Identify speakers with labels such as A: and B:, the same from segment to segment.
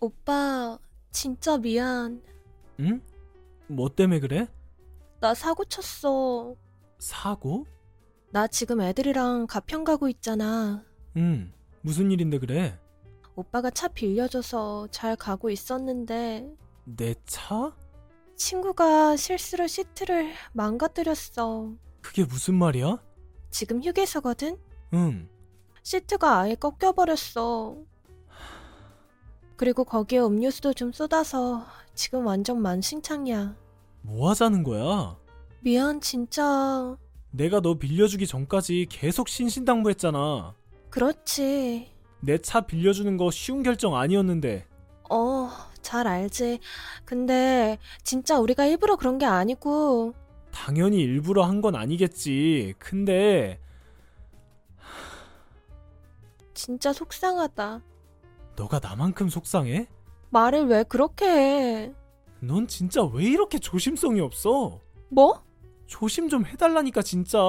A: 오빠, 진짜 미안.
B: 응? 뭐 때문에 그래?
A: 나 사고 쳤어.
B: 사고?
A: 나 지금 애들이랑 가평 가고 있잖아.
B: 응. 무슨 일인데 그래?
A: 오빠가 차 빌려줘서 잘 가고 있었는데,
B: 내 차?
A: 친구가 실수로 시트를 망가뜨렸어.
B: 그게 무슨 말이야?
A: 지금 휴게소거든?
B: 응.
A: 시트가 아예 꺾여버렸어. 그리고 거기에 음료수도 좀 쏟아서 지금 완전 만신창이야.
B: 뭐 하자는 거야?
A: 미안, 진짜.
B: 내가 너 빌려주기 전까지 계속 신신당부했잖아.
A: 그렇지.
B: 내 차 빌려주는 거 쉬운 결정 아니었는데.
A: 어, 잘 알지. 근데 진짜 우리가 일부러 그런 게 아니고
B: 당연히 일부러 한 건 아니겠지. 근데
A: 진짜 속상하다.
B: 너가 나만큼 속상해?
A: 말을 왜 그렇게 해?
B: 넌 진짜 왜 이렇게 조심성이 없어?
A: 뭐?
B: 조심 좀 해달라니까 진짜.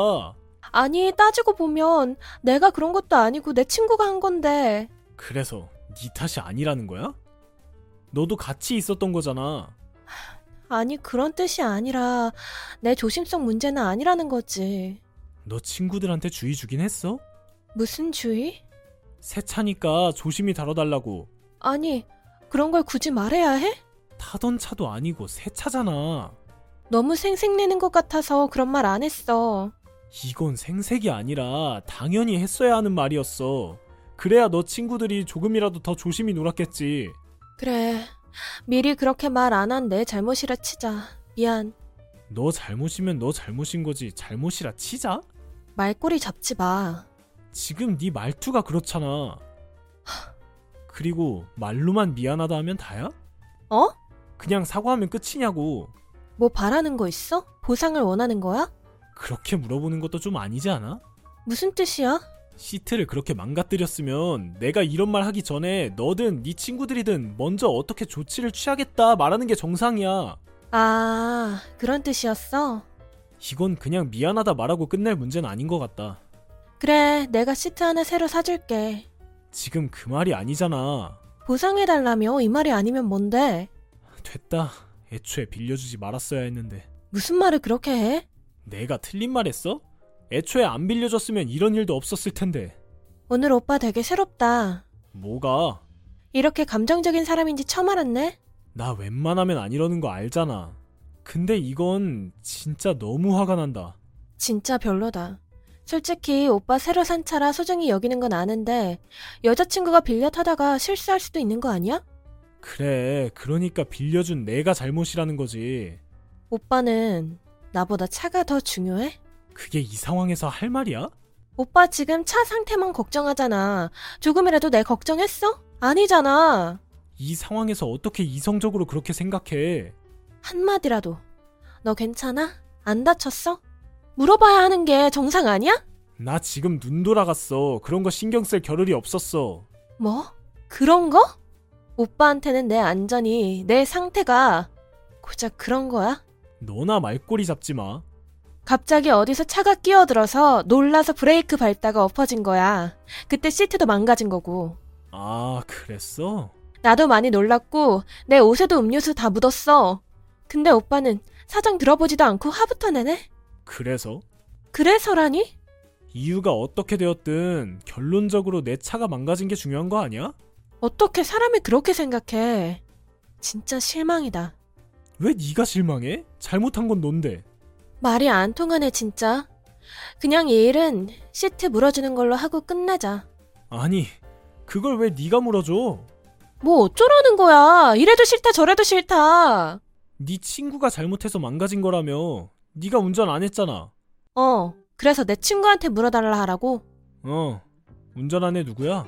A: 아니, 따지고 보면 내가 그런 것도 아니고 내 친구가 한 건데.
B: 그래서 네 탓이 아니라는 거야? 너도 같이 있었던 거잖아.
A: 아니, 그런 뜻이 아니라 내 조심성 문제는 아니라는 거지.
B: 너 친구들한테 주의 주긴 했어?
A: 무슨 주의?
B: 새 차니까 조심히 다뤄달라고.
A: 아니, 그런 걸 굳이 말해야 해?
B: 타던 차도 아니고 새 차잖아.
A: 너무 생색내는 것 같아서 그런 말 안 했어.
B: 이건 생색이 아니라 당연히 했어야 하는 말이었어. 그래야 너 친구들이 조금이라도 더 조심히 놀았겠지.
A: 그래. 미리 그렇게 말 안 한 내 잘못이라 치자. 미안.
B: 너 잘못이면 너 잘못인 거지 잘못이라 치자?
A: 말꼬리 잡지 마.
B: 지금 네 말투가 그렇잖아. 그리고 말로만 미안하다 하면 다야?
A: 어?
B: 그냥 사과하면 끝이냐고.
A: 뭐 바라는 거 있어? 보상을 원하는 거야?
B: 그렇게 물어보는 것도 좀 아니지 않아?
A: 무슨 뜻이야?
B: 시트를 그렇게 망가뜨렸으면 내가 이런 말 하기 전에 너든 네 친구들이든 먼저 어떻게 조치를 취하겠다 말하는 게 정상이야.
A: 아, 그런 뜻이었어?
B: 이건 그냥 미안하다 말하고 끝낼 문제는 아닌 것 같다.
A: 그래, 내가 시트 하나 새로 사줄게.
B: 지금 그 말이 아니잖아.
A: 보상해달라며? 이 말이 아니면 뭔데?
B: 됐다. 애초에 빌려주지 말았어야 했는데.
A: 무슨 말을 그렇게 해?
B: 내가 틀린 말 했어? 애초에 안 빌려줬으면 이런 일도 없었을 텐데.
A: 오늘 오빠 되게 새롭다.
B: 뭐가?
A: 이렇게 감정적인 사람인지 처음 알았네?
B: 나 웬만하면 안 이러는 거 알잖아. 근데 이건 진짜 너무 화가 난다.
A: 진짜 별로다. 솔직히 오빠 새로 산 차라 소중히 여기는 건 아는데 여자친구가 빌려 타다가 실수할 수도 있는 거 아니야?
B: 그래, 그러니까 빌려준 내가 잘못이라는 거지.
A: 오빠는 나보다 차가 더 중요해?
B: 그게 이 상황에서 할 말이야?
A: 오빠 지금 차 상태만 걱정하잖아. 조금이라도 내 걱정했어? 아니잖아.
B: 이 상황에서 어떻게 이성적으로 그렇게 생각해?
A: 한마디라도. 너 괜찮아? 안 다쳤어? 물어봐야 하는 게 정상 아니야?
B: 나 지금 눈 돌아갔어. 그런 거 신경 쓸 겨를이 없었어.
A: 뭐? 그런 거? 오빠한테는 내 안전이, 내 상태가 고작 그런 거야?
B: 너나 말꼬리 잡지 마.
A: 갑자기 어디서 차가 끼어들어서 놀라서 브레이크 밟다가 엎어진 거야. 그때 시트도 망가진 거고.
B: 아, 그랬어?
A: 나도 많이 놀랐고, 내 옷에도 음료수 다 묻었어. 근데 오빠는 사정 들어보지도 않고 화부터 내네?
B: 그래서?
A: 그래서라니?
B: 이유가 어떻게 되었든 결론적으로 내 차가 망가진 게 중요한 거 아니야?
A: 어떻게 사람이 그렇게 생각해? 진짜 실망이다.
B: 왜 네가 실망해? 잘못한 건 뭔데?
A: 말이 안 통하네, 진짜. 그냥 이 일은 시트 물어주는 걸로 하고 끝내자.
B: 아니, 그걸 왜 네가 물어줘?
A: 뭐 어쩌라는 거야. 이래도 싫다, 저래도 싫다.
B: 네 친구가 잘못해서 망가진 거라며. 네가 운전 안 했잖아.
A: 어, 그래서 내 친구한테 물어달라 하라고?
B: 어. 운전한 애 누구야?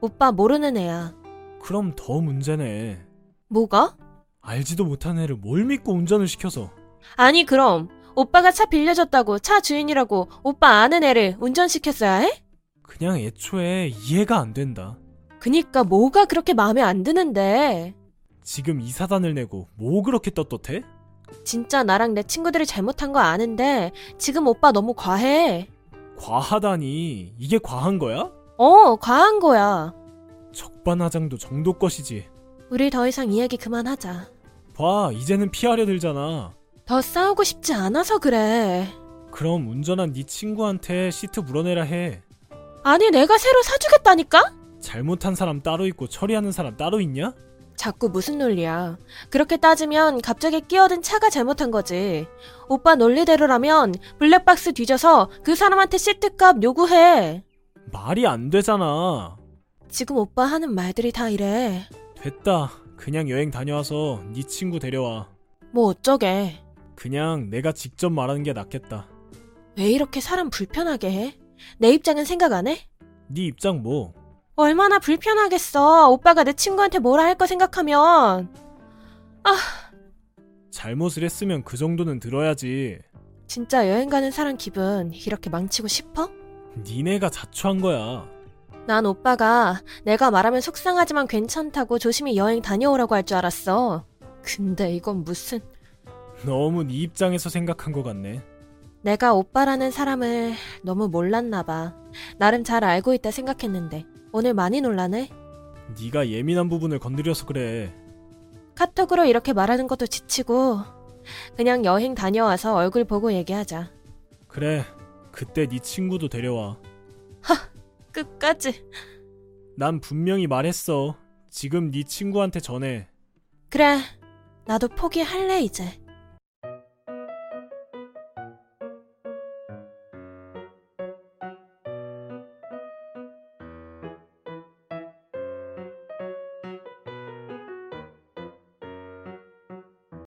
A: 오빠 모르는 애야.
B: 그럼 더 문제네.
A: 뭐가?
B: 알지도 못한 애를 뭘 믿고 운전을 시켜서.
A: 아니 그럼 오빠가 차 빌려줬다고 차 주인이라고 오빠 아는 애를 운전시켰어야 해?
B: 그냥 애초에 이해가 안 된다.
A: 그니까 뭐가 그렇게 마음에 안 드는데
B: 지금 이 사단을 내고 뭐 그렇게 떳떳해?
A: 진짜 나랑 내 친구들이 잘못한 거 아는데 지금 오빠 너무 과해.
B: 과하다니. 이게 과한 거야?
A: 어 과한 거야.
B: 적반하장도 정도 것이지.
A: 우리 더 이상 이야기 그만하자.
B: 봐, 이제는 피하려 들잖아.
A: 더 싸우고 싶지 않아서 그래.
B: 그럼 운전한 네 친구한테 시트 물어내라 해.
A: 아니, 내가 새로 사주겠다니까?
B: 잘못한 사람 따로 있고 처리하는 사람 따로 있냐?
A: 자꾸 무슨 논리야. 그렇게 따지면 갑자기 끼어든 차가 잘못한 거지. 오빠 논리대로라면 블랙박스 뒤져서 그 사람한테 시트값 요구해.
B: 말이 안 되잖아.
A: 지금 오빠 하는 말들이 다 이래.
B: 됐다. 그냥 여행 다녀와서 네 친구 데려와.
A: 뭐 어쩌게.
B: 그냥 내가 직접 말하는 게 낫겠다.
A: 왜 이렇게 사람 불편하게 해? 내 입장은 생각 안 해?
B: 네 입장 뭐?
A: 얼마나 불편하겠어. 오빠가 내 친구한테 뭐라 할 거 생각하면.
B: 잘못을 했으면 그 정도는 들어야지.
A: 진짜 여행 가는 사람 기분 이렇게 망치고 싶어?
B: 니네가 자초한 거야.
A: 난 오빠가 내가 말하면 속상하지만 괜찮다고 조심히 여행 다녀오라고 할 줄 알았어. 근데 이건 무슨.
B: 너무 네 입장에서 생각한 것 같네.
A: 내가 오빠라는 사람을 너무 몰랐나 봐. 나름 잘 알고 있다 생각했는데. 오늘 많이 놀라네?
B: 네가 예민한 부분을 건드려서 그래.
A: 카톡으로 이렇게 말하는 것도 지치고. 그냥 여행 다녀와서 얼굴 보고 얘기하자.
B: 그래. 그때 네 친구도 데려와.
A: 끝까지.
B: 난 분명히 말했어. 지금 네 친구한테 전해.
A: 그래, 나도 포기할래, 이제.